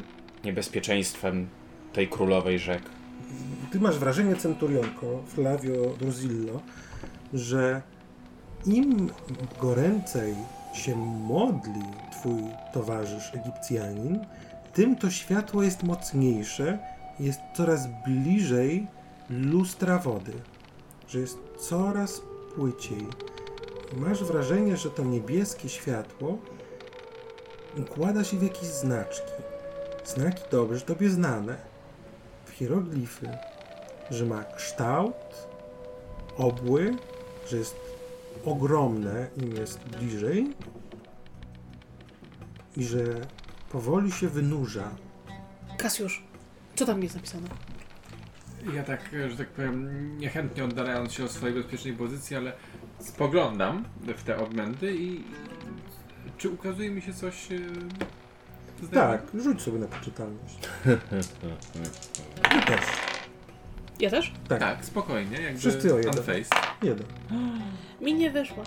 Speaker 3: niebezpieczeństwem tej królowej rzek.
Speaker 2: Ty masz wrażenie, centurionko, Flavio Druzillo, że im goręcej się modli twój towarzysz Egipcjanin, tym to światło jest mocniejsze, jest coraz bliżej lustra wody, że jest coraz płyciej. I Masz wrażenie, że to niebieskie światło układa się w jakieś znaczki. Znaki dobrze tobie znane, w hieroglify, że ma kształt, obły, że jest ogromne, im jest bliżej i że powoli się wynurza.
Speaker 5: Kasiusz, co tam jest napisane?
Speaker 6: Ja tak, e, że tak powiem, niechętnie oddalając się od swojej bezpiecznej pozycji, ale spoglądam w te odmęty i czy ukazuje mi się coś e, z
Speaker 2: Tak, rzuć sobie na poczytalność. Ty też.
Speaker 5: Ja też?
Speaker 2: Tak,
Speaker 6: Tak, spokojnie, jakby
Speaker 2: Wszyscy o jeden.
Speaker 6: unfaced.
Speaker 2: jeden.
Speaker 5: Mi nie wyszło.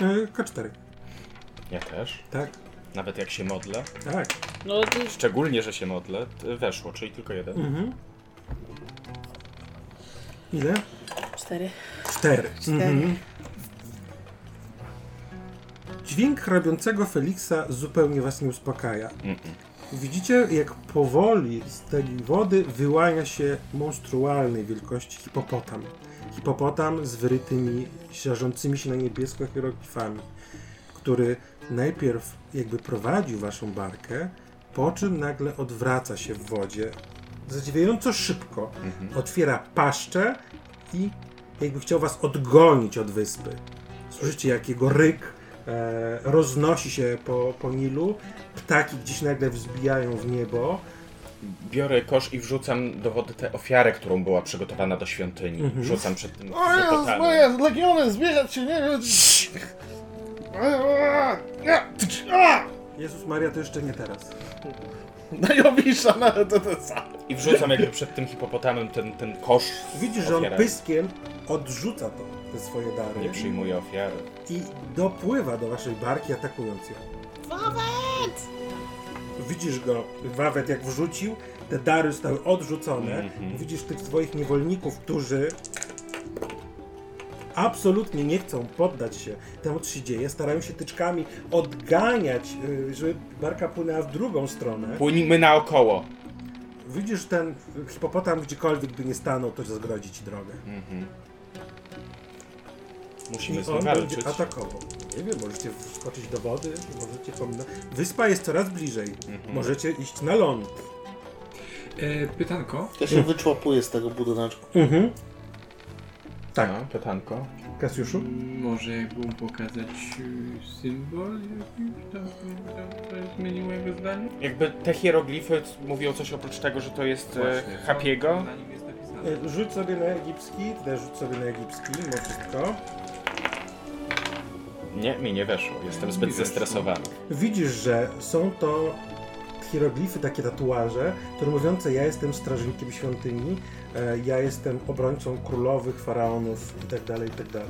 Speaker 2: E, K4.
Speaker 3: Ja też.
Speaker 2: Tak,
Speaker 3: Nawet jak się modlę.
Speaker 2: tak.
Speaker 5: No, to już-
Speaker 3: Szczególnie, że się modlę. t- Weszło, czyli tylko jeden.
Speaker 2: Mhm. Ile?
Speaker 5: cztery.
Speaker 2: Cztery.
Speaker 5: Cztery.
Speaker 2: Mhm. Dźwięk hrabiącego Feliksa zupełnie was nie uspokaja. Widzicie, jak powoli z tej wody wyłania się monstrualnej wielkości hipopotam. Hipopotam z wyrytymi, siarzącymi się na niebiesko hieroglifami, który najpierw jakby prowadził waszą barkę, po czym nagle odwraca się w wodzie zadziwiająco szybko. Otwiera paszczę i jakby chciał was odgonić od wyspy. Słyszycie, jak jego ryk e, roznosi się po, po Nilu. Ptaki gdzieś nagle wzbijają w niebo.
Speaker 3: Biorę kosz i wrzucam do wody tę ofiarę, którą była przygotowana do świątyni. Wrzucam przed tym
Speaker 7: Mhm. O Jezus
Speaker 3: zapotami.
Speaker 7: Maria, legiony, zbierać się, nie wiem.
Speaker 2: Jezus Maria, to jeszcze nie teraz.
Speaker 7: Na Jowisza,
Speaker 4: no,
Speaker 7: na to, to, to.
Speaker 3: I wrzucam jakby przed tym hipopotamem ten, ten kosz. z
Speaker 2: Widzisz, że on
Speaker 3: ofiarami.
Speaker 2: pyskiem odrzuca to, te swoje
Speaker 3: Nie
Speaker 2: dary
Speaker 3: przyjmuje ofiary.
Speaker 2: i dopływa do waszej barki, atakując ją.
Speaker 5: Wawet!
Speaker 2: Widzisz go, Wawet jak wrzucił, te dary zostały odrzucone. Widzisz tych swoich niewolników, którzy absolutnie nie chcą poddać się temu, co się dzieje. Starają się tyczkami odganiać, y, żeby barka płynęła w drugą stronę.
Speaker 3: Płyniemy naokoło.
Speaker 2: Widzisz ten hipopotam, gdziekolwiek by nie stanął, to zagrodzi ci drogę.
Speaker 3: Musimy
Speaker 2: I
Speaker 3: z nim
Speaker 2: on
Speaker 3: walczyć.
Speaker 2: będzie atakował. Nie wiem, możecie wskoczyć do wody, możecie pomno... Wyspa jest coraz bliżej.
Speaker 3: Mhm.
Speaker 2: Możecie iść na ląd.
Speaker 6: E, pytanko,
Speaker 7: Ja się wyczłapuję z tego budyneczku.
Speaker 2: Mhm. Tak.
Speaker 3: No, pytanko.
Speaker 2: Kasiuszu?
Speaker 6: może jakby mu pokazać e, symbol jakiś tam, tam, tam zmieniło jego zdanie?
Speaker 3: Jakby te hieroglify c- mówią coś oprócz tego, że to jest e, Hapiego.
Speaker 6: Na nim jest napisane.
Speaker 2: E, Rzuć sobie na egipski, ty też rzuć sobie na egipski, mimo wszystko.
Speaker 3: Nie, mi nie weszło. Jestem
Speaker 6: Nie
Speaker 3: zbyt
Speaker 6: weszło.
Speaker 3: zestresowany.
Speaker 2: Widzisz, że są to hieroglify, takie tatuaże, które mówiące ja jestem strażnikiem świątyni, e, ja jestem obrońcą królowych, faraonów tak itd., itd.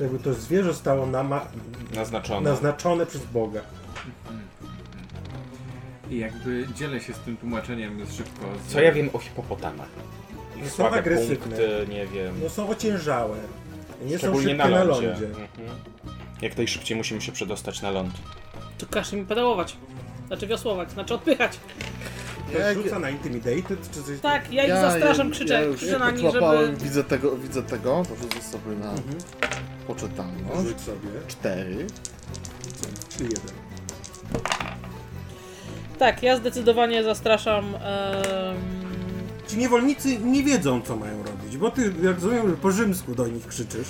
Speaker 2: Jakby to zwierzę stało nama-
Speaker 3: Naznaczone.
Speaker 2: naznaczone przez Boga.
Speaker 6: I jakby dzielę się z tym tłumaczeniem szybko. Z...
Speaker 3: Co ja wiem o hipopotamach?
Speaker 2: No
Speaker 3: Ich
Speaker 2: są
Speaker 3: słabe
Speaker 2: agresywne.
Speaker 3: punkty, nie wiem.
Speaker 2: No są ociężałe, nie są
Speaker 3: Szczególnie
Speaker 2: szybkie
Speaker 3: na
Speaker 2: na
Speaker 3: lądzie.
Speaker 2: lądzie.
Speaker 3: Mhm. Jak najszybciej musimy się przedostać na ląd.
Speaker 5: To każe mi pedałować. Znaczy wiosłować, znaczy odpychać.
Speaker 2: Ktoś rzuca na intimidated czy coś
Speaker 5: Tak, ja ich zastraszam, krzyczę,
Speaker 4: ja już
Speaker 5: krzyczę na
Speaker 4: nie
Speaker 5: nich, żeby...
Speaker 4: podłapałem, Widzę tego, widzę tego, to rzucę sobie na poczytalność.
Speaker 2: Rzuć sobie.
Speaker 4: Cztery.
Speaker 2: Czy jeden.
Speaker 5: Tak, ja zdecydowanie zastraszam... em,
Speaker 2: Ci niewolnicy nie wiedzą, co mają robić, bo ty, jak rozumiem, że po rzymsku do nich krzyczysz.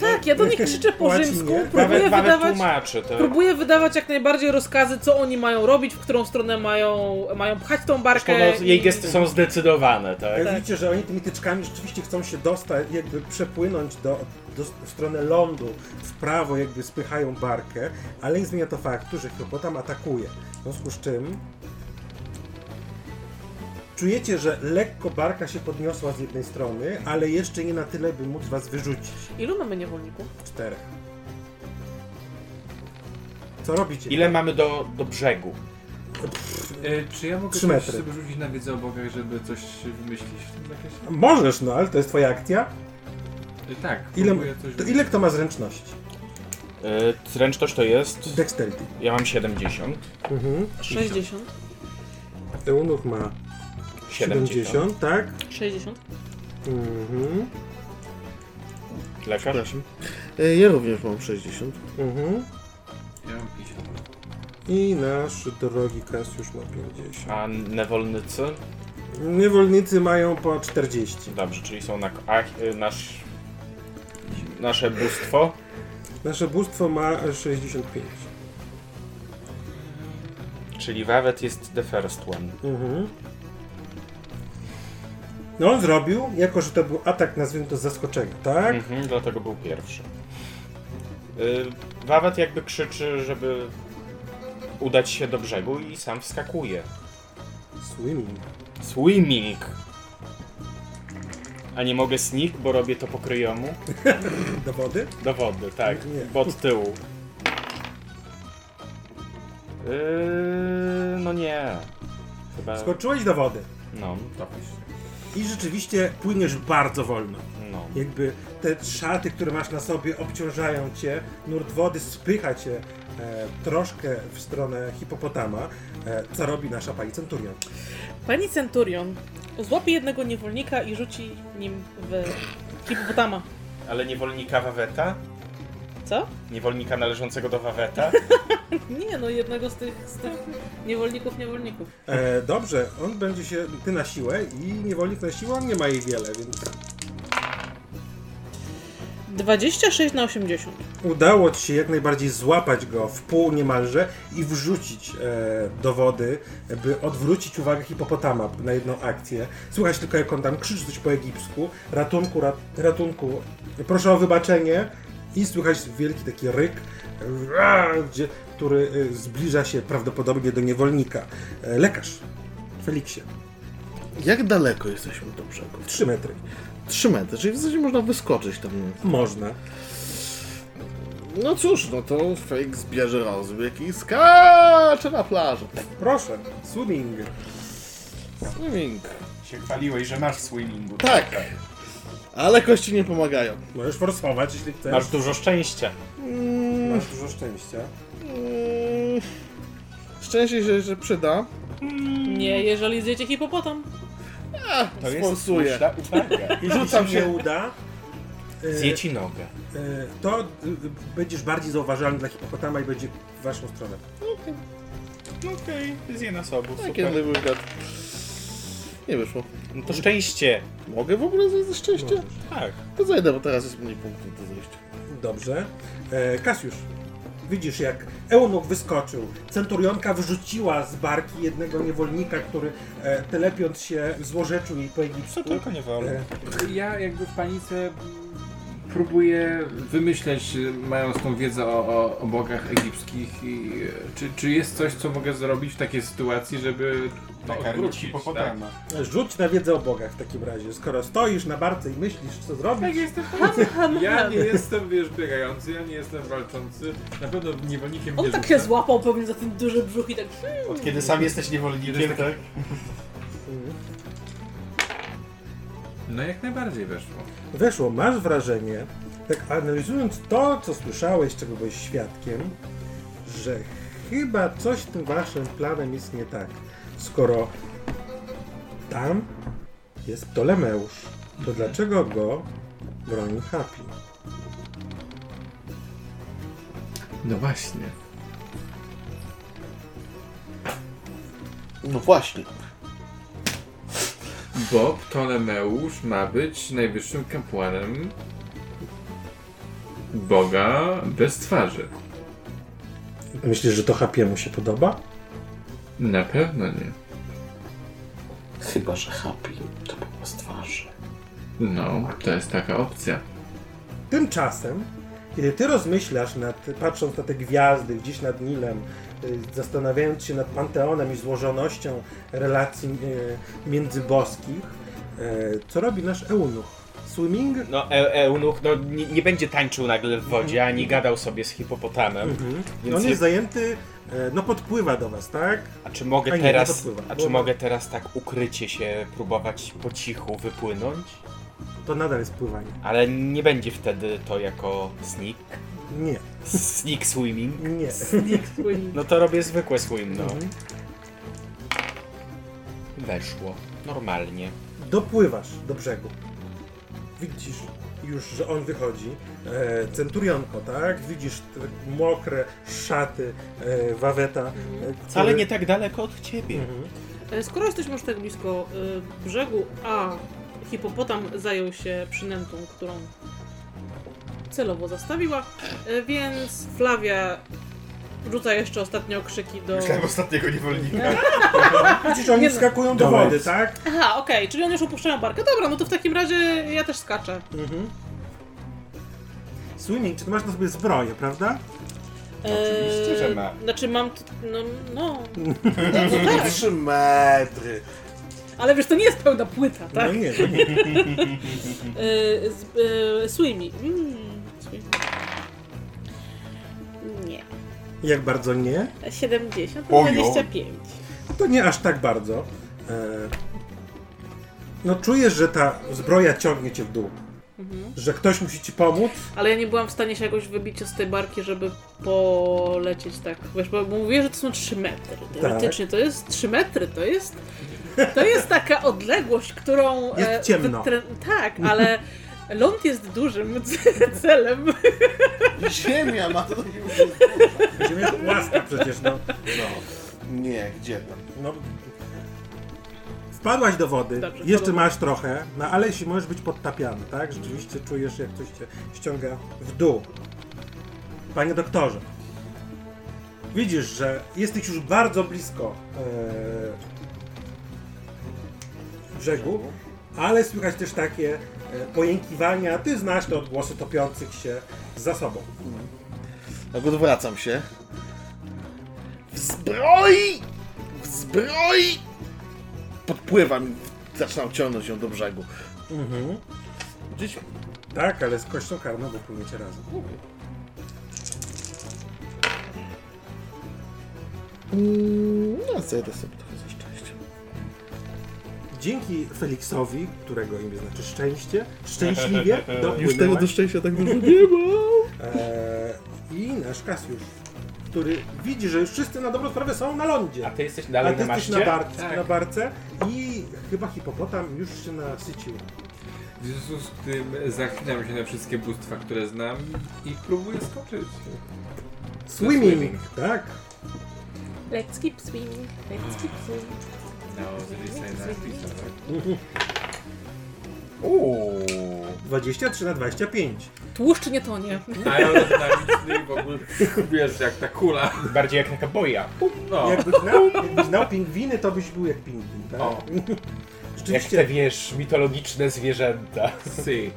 Speaker 5: Tak, ja do nich krzyczę po
Speaker 2: Łacinie.
Speaker 5: rzymsku,
Speaker 2: Nawet-
Speaker 5: próbuję
Speaker 3: Nawet, nawet
Speaker 5: wydawać...
Speaker 3: tłumaczy to.
Speaker 5: Próbuję wydawać jak najbardziej rozkazy, co oni mają robić, w którą stronę mają, mają pchać tą barkę.
Speaker 3: Zresztą, no, jej
Speaker 5: i-
Speaker 3: gesty są zdecydowane, tak?
Speaker 2: Ale widzicie, że oni tymi tyczkami rzeczywiście chcą się dostać, jakby przepłynąć do, do, w stronę lądu, w prawo jakby spychają barkę, ale nie zmienia to faktu, że hipopotam atakuje. W związku z czym czujecie, że lekko barka się podniosła z jednej strony, ale jeszcze nie na tyle, by móc was wyrzucić.
Speaker 5: Ilu mamy niewolników?
Speaker 2: Czterech. Co robicie?
Speaker 3: Ile mamy do, do brzegu?
Speaker 6: E, czy ja mogę
Speaker 2: Trzy
Speaker 6: coś
Speaker 2: metry.
Speaker 6: sobie rzucić na wiedzę o bogach, żeby coś wymyślić w tym zakresie?
Speaker 2: Możesz, no, ale to jest twoja akcja.
Speaker 6: E, tak,
Speaker 2: Ile,
Speaker 6: próbuję coś
Speaker 2: to
Speaker 6: wymyślić.
Speaker 2: ile kto ma zręczności?
Speaker 3: Yy, zręczność to jest.
Speaker 2: Dexterity.
Speaker 3: Ja mam 70.
Speaker 2: Mhm.
Speaker 5: 60.
Speaker 2: Eunuch ma
Speaker 3: 70.
Speaker 2: 70, tak?
Speaker 5: 60.
Speaker 2: Mhm.
Speaker 3: Lekarz?
Speaker 4: Przepraszam. E, Ja również mam 60.
Speaker 2: Mhm.
Speaker 6: Ja mam 50.
Speaker 2: I nasz drogi Cassius ma 50.
Speaker 3: A niewolnicy?
Speaker 2: Niewolnicy mają po 40.
Speaker 3: Dobrze, czyli są na. A, y, nasz. Nasze bóstwo?
Speaker 2: Nasze bóstwo ma 65.
Speaker 3: Czyli Wawet jest the first one.
Speaker 2: Mhm. No on zrobił, jako że to był atak, nazwijmy to z zaskoczenia, tak?
Speaker 3: Mhm, dlatego był pierwszy. Yy, Wawet jakby krzyczy, żeby udać się do brzegu i sam wskakuje.
Speaker 2: Swimming.
Speaker 3: Swimming! A nie mogę sneak, bo robię to po kryjomu.
Speaker 2: Do wody?
Speaker 3: Do wody, tak.
Speaker 2: Nie.
Speaker 3: Bo od tyłu. Yy, no nie. Chyba.
Speaker 2: Skoczyłeś do wody
Speaker 3: No, to
Speaker 2: i rzeczywiście płyniesz bardzo wolno.
Speaker 3: No.
Speaker 2: Jakby te szaty, które masz na sobie, obciążają cię, nurt wody spycha cię e, troszkę w stronę hipopotama, e, co robi nasza pani Centurion.
Speaker 5: Pani Centurion złapie jednego niewolnika i rzuci nim w hipopotama.
Speaker 3: Ale niewolnika Waweta?
Speaker 5: Co?
Speaker 3: Niewolnika należącego do Waweta?
Speaker 5: Nie, no jednego z tych, z tych niewolników, niewolników.
Speaker 2: E, dobrze, on będzie się, ty na siłę i niewolnik na siłę, on nie ma jej wiele, więc
Speaker 5: 26 na 80.
Speaker 2: udało ci się jak najbardziej złapać go w pół niemalże i wrzucić e, do wody, by odwrócić uwagę hipopotama na jedną akcję. Słuchać tylko jak on tam krzyczy coś po egipsku, ratunku, rat, ratunku, proszę o wybaczenie i słychać wielki taki ryk, ra, gdzie, który e, zbliża się prawdopodobnie do niewolnika. E, lekarz, Feliksie,
Speaker 4: Jak daleko jesteśmy do brzegu?
Speaker 2: 3 metry.
Speaker 4: 3 metry, czyli w zasadzie można wyskoczyć tam.
Speaker 2: Można.
Speaker 4: No cóż, no to fake zbierze rozbieg i skacze na plażę.
Speaker 2: Proszę, swimming.
Speaker 4: Swimming.
Speaker 8: Się chwaliłeś, że masz swimmingu.
Speaker 4: Tak. Ale kości nie pomagają.
Speaker 2: Możesz forsować, jeśli chcesz.
Speaker 3: Masz dużo szczęścia.
Speaker 4: Mm,
Speaker 2: Masz dużo szczęścia.
Speaker 4: mm, szczęście się że przyda.
Speaker 5: Nie, jeżeli zjecie hipopotam.
Speaker 4: A,
Speaker 3: To jest
Speaker 4: sponsuję.
Speaker 3: słuszna uwaga.
Speaker 2: I rzucam się uda. e,
Speaker 3: Zje ci nogę.
Speaker 2: e, To y, y, będziesz bardziej zauważalny dla hipopotama i będzie w waszą stronę.
Speaker 3: Okej, zje na sobą,
Speaker 4: Tak, jedny wywiad. Nie wyszło.
Speaker 3: No to szczęście.
Speaker 4: Mogę w ogóle zejść ze szczęścia?
Speaker 5: No.
Speaker 3: Tak.
Speaker 4: To zejdę, bo teraz jest mniej punktów do zejścia.
Speaker 2: Dobrze. E, Kasiusz, widzisz jak eunuch wyskoczył. Centurionka wyrzuciła z barki jednego niewolnika, który e, telepiąc się złorzeczył jej po egipsku.
Speaker 3: Co tylko nie wolno.
Speaker 2: E,
Speaker 6: Ja jakby w panice próbuję wymyśleć, y, mając tą wiedzę o, o, o bogach egipskich, i, e, czy, czy jest coś, co mogę zrobić w takiej sytuacji, żeby to
Speaker 8: Nakarmić
Speaker 6: odwrócić, tak?
Speaker 8: hipopotama.
Speaker 2: Rzuć na wiedzę o bogach w takim razie. Skoro stoisz na barce i myślisz co
Speaker 6: Tak,
Speaker 2: zrobić,
Speaker 6: jestem Ja nie jestem, wiesz, biegający, ja nie jestem walczący, na pewno niewolnikiem nie
Speaker 5: On tak się
Speaker 6: rzucę.
Speaker 5: złapał pewnie za ten duży brzuch i tak...
Speaker 8: Od kiedy sam jesteś niewolnikiem,
Speaker 6: Jest
Speaker 8: tak?
Speaker 6: No jak najbardziej weszło.
Speaker 2: Weszło, masz wrażenie, tak analizując to, co słyszałeś, czego byłeś świadkiem, że chyba coś z tym waszym planem jest nie tak. Skoro tam jest Ptolemeusz, to dlaczego go broni Happy?
Speaker 6: No właśnie.
Speaker 4: No właśnie.
Speaker 6: Bo Ptolemeusz ma być najwyższym kapłanem Boga bez twarzy.
Speaker 2: Myślisz, że to Happy'emu się podoba?
Speaker 6: Na pewno nie.
Speaker 7: Chyba, że happy to była z twarzy.
Speaker 6: No, to jest taka opcja.
Speaker 2: Tymczasem, kiedy ty rozmyślasz nad, patrząc na te gwiazdy gdzieś nad Nilem, y, zastanawiając się nad panteonem i złożonością relacji y, międzyboskich, y, co robi nasz eunuch? Swimming?
Speaker 3: No, e eunuch no, nie, nie będzie tańczył nagle w wodzie, ani gadał sobie z hipopotamem.
Speaker 2: Mhm.
Speaker 3: Więc
Speaker 2: On
Speaker 3: je-
Speaker 2: jest zajęty E, No podpływa do was, tak?
Speaker 3: A czy mogę
Speaker 2: A nie,
Speaker 3: teraz,
Speaker 2: to wpływa.
Speaker 3: a czy
Speaker 2: Bo-
Speaker 3: mogę teraz tak ukrycie się próbować po cichu wypłynąć?
Speaker 2: To nadal jest pływanie.
Speaker 3: Ale nie będzie wtedy to jako sneak,
Speaker 2: Nie,
Speaker 3: sneak swimming.
Speaker 2: nie.
Speaker 3: No to robię zwykłe swim, no.
Speaker 2: Mhm.
Speaker 3: Weszło. Normalnie.
Speaker 2: Dopływasz do brzegu. Widzisz już, że on wychodzi. E, centurionko, tak? Widzisz te mokre szaty e, waweta. E,
Speaker 3: Wcale
Speaker 2: który-
Speaker 3: nie tak daleko od ciebie.
Speaker 2: Mhm.
Speaker 5: E, Skoro jesteśmy już tak blisko y, brzegu, a hipopotam zajął się przynętą, którą celowo zastawiła, y, więc Flavia rzuca jeszcze ostatnio krzyki do...
Speaker 8: Myślałem Tak, ostatniego niewolnika.
Speaker 2: Widzisz, oni
Speaker 5: Nie no.
Speaker 2: wskakują Mhm. do wody, tak?
Speaker 5: Aha, okej, czyli oni już opuszczają barkę. Dobra, no to w takim razie ja też skaczę.
Speaker 2: Mhm. Swimming, czy ty masz na sobie zbroję, prawda? No,
Speaker 8: Oczywiście, że ma.
Speaker 5: Znaczy mam... t- No, no. tak.
Speaker 7: Trzy metry.
Speaker 5: Ale wiesz, to nie jest pełna płyta, tak?
Speaker 2: No nie, no nie.
Speaker 5: Y, z, y, Swimi. Mm, Swimi. Nie.
Speaker 2: Jak bardzo nie?
Speaker 5: 70,
Speaker 8: Ojoj.
Speaker 5: 25.
Speaker 2: To nie aż tak bardzo. E, no czujesz, że ta zbroja ciągnie cię w dół. Że ktoś musi ci pomóc.
Speaker 5: Ale ja nie byłam w stanie się jakoś wybić z tej barki, żeby polecieć tak. Wiesz, bo bo mówię, że to są 3 metry.
Speaker 2: Tak.
Speaker 5: Teoretycznie to jest 3 metry, to jest. To jest taka odległość, którą.
Speaker 2: Jest
Speaker 5: e,
Speaker 2: ciemno.
Speaker 5: wytrę- Tak, ale ląd jest dużym c- celem.
Speaker 7: Ziemia ma to taki
Speaker 2: Ziemia jest płaska przecież, no.
Speaker 7: Nie, gdzie tam?
Speaker 2: no. Wpadłaś do wody,
Speaker 5: Dobrze,
Speaker 2: jeszcze
Speaker 5: podobno.
Speaker 2: masz trochę, no ale jeśli możesz być podtapiany, tak? Rzeczywiście czujesz, jak coś cię ściąga w dół. Panie doktorze, widzisz, że jesteś już bardzo blisko e, brzegu, ale słychać też takie e, pojękiwania, ty znasz te odgłosy topiących się za sobą.
Speaker 4: Tak odwracam się. W zbroi! W zbroi! Podpływam i zaczynam ciągnąć ją do brzegu. Gdzieś
Speaker 2: Tak, ale z kością karną, bo płyniecie razem.
Speaker 4: No, zejdę sobie trochę ze szczęścia.
Speaker 2: Dzięki Feliksowi, którego imię znaczy szczęście, szczęśliwie
Speaker 4: Już tego do
Speaker 2: dopłynęłaś
Speaker 4: szczęścia tak dużo nie ma.
Speaker 2: eee, i nasz Kasjusz, który widzi, że już wszyscy na dobrą sprawę są na lądzie.
Speaker 3: A ty jesteś
Speaker 2: A
Speaker 3: dalej
Speaker 2: ty
Speaker 3: na
Speaker 2: jesteś
Speaker 3: maście?
Speaker 2: na barce,
Speaker 6: Tak.
Speaker 2: na barce i chyba hipopotam już się nasycił.
Speaker 6: W związku z tym zachwiam się na wszystkie bóstwa, które znam i próbuję skoczyć.
Speaker 2: Swimming, tak?
Speaker 5: Let's keep swimming, let's keep swimming.
Speaker 6: No, z drugiej strony na pizza, tak?
Speaker 2: 23 na 25.
Speaker 5: Tłuszcz nie tonie.
Speaker 6: A ja dynamiczny i w ogóle wiesz, jak ta kula.
Speaker 3: Bardziej jak taka boja.
Speaker 6: No.
Speaker 2: Jakbyś znał, jakbyś znał pingwiny, to byś był jak pingwin, tak?
Speaker 6: O.
Speaker 3: Jak te, wiesz, mitologiczne zwierzęta.
Speaker 6: Sy.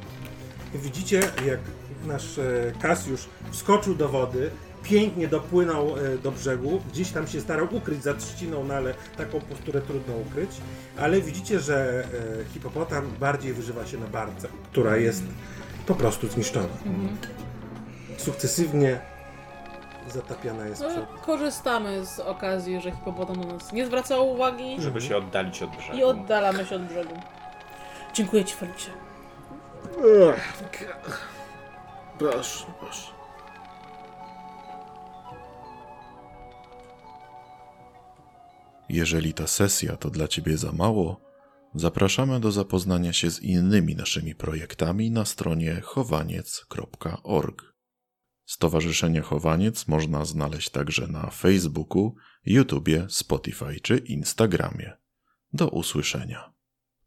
Speaker 2: Widzicie, jak nasz e, Kasjusz wskoczył do wody, pięknie dopłynął e, do brzegu, gdzieś tam się starał ukryć za trzciną, no ale taką posturę trudno ukryć, ale widzicie, że e, hipopotam bardziej wyżywa się na barce, która jest po prostu zniszczona. Sukcesywnie zatapiana jest przed...
Speaker 5: No, korzystamy z okazji, że hipopotam na nas nie zwracał uwagi
Speaker 3: Żeby się oddalić od brzegu.
Speaker 5: i oddalamy się od brzegu. Dziękuję ci, Feliksie.
Speaker 4: Ech, Proszę, proszę.
Speaker 1: Jeżeli ta sesja to dla Ciebie za mało, zapraszamy do zapoznania się z innymi naszymi projektami na stronie chowaniec.org. Stowarzyszenie Chowaniec można znaleźć także na Facebooku, YouTubie, Spotify czy Instagramie. Do usłyszenia.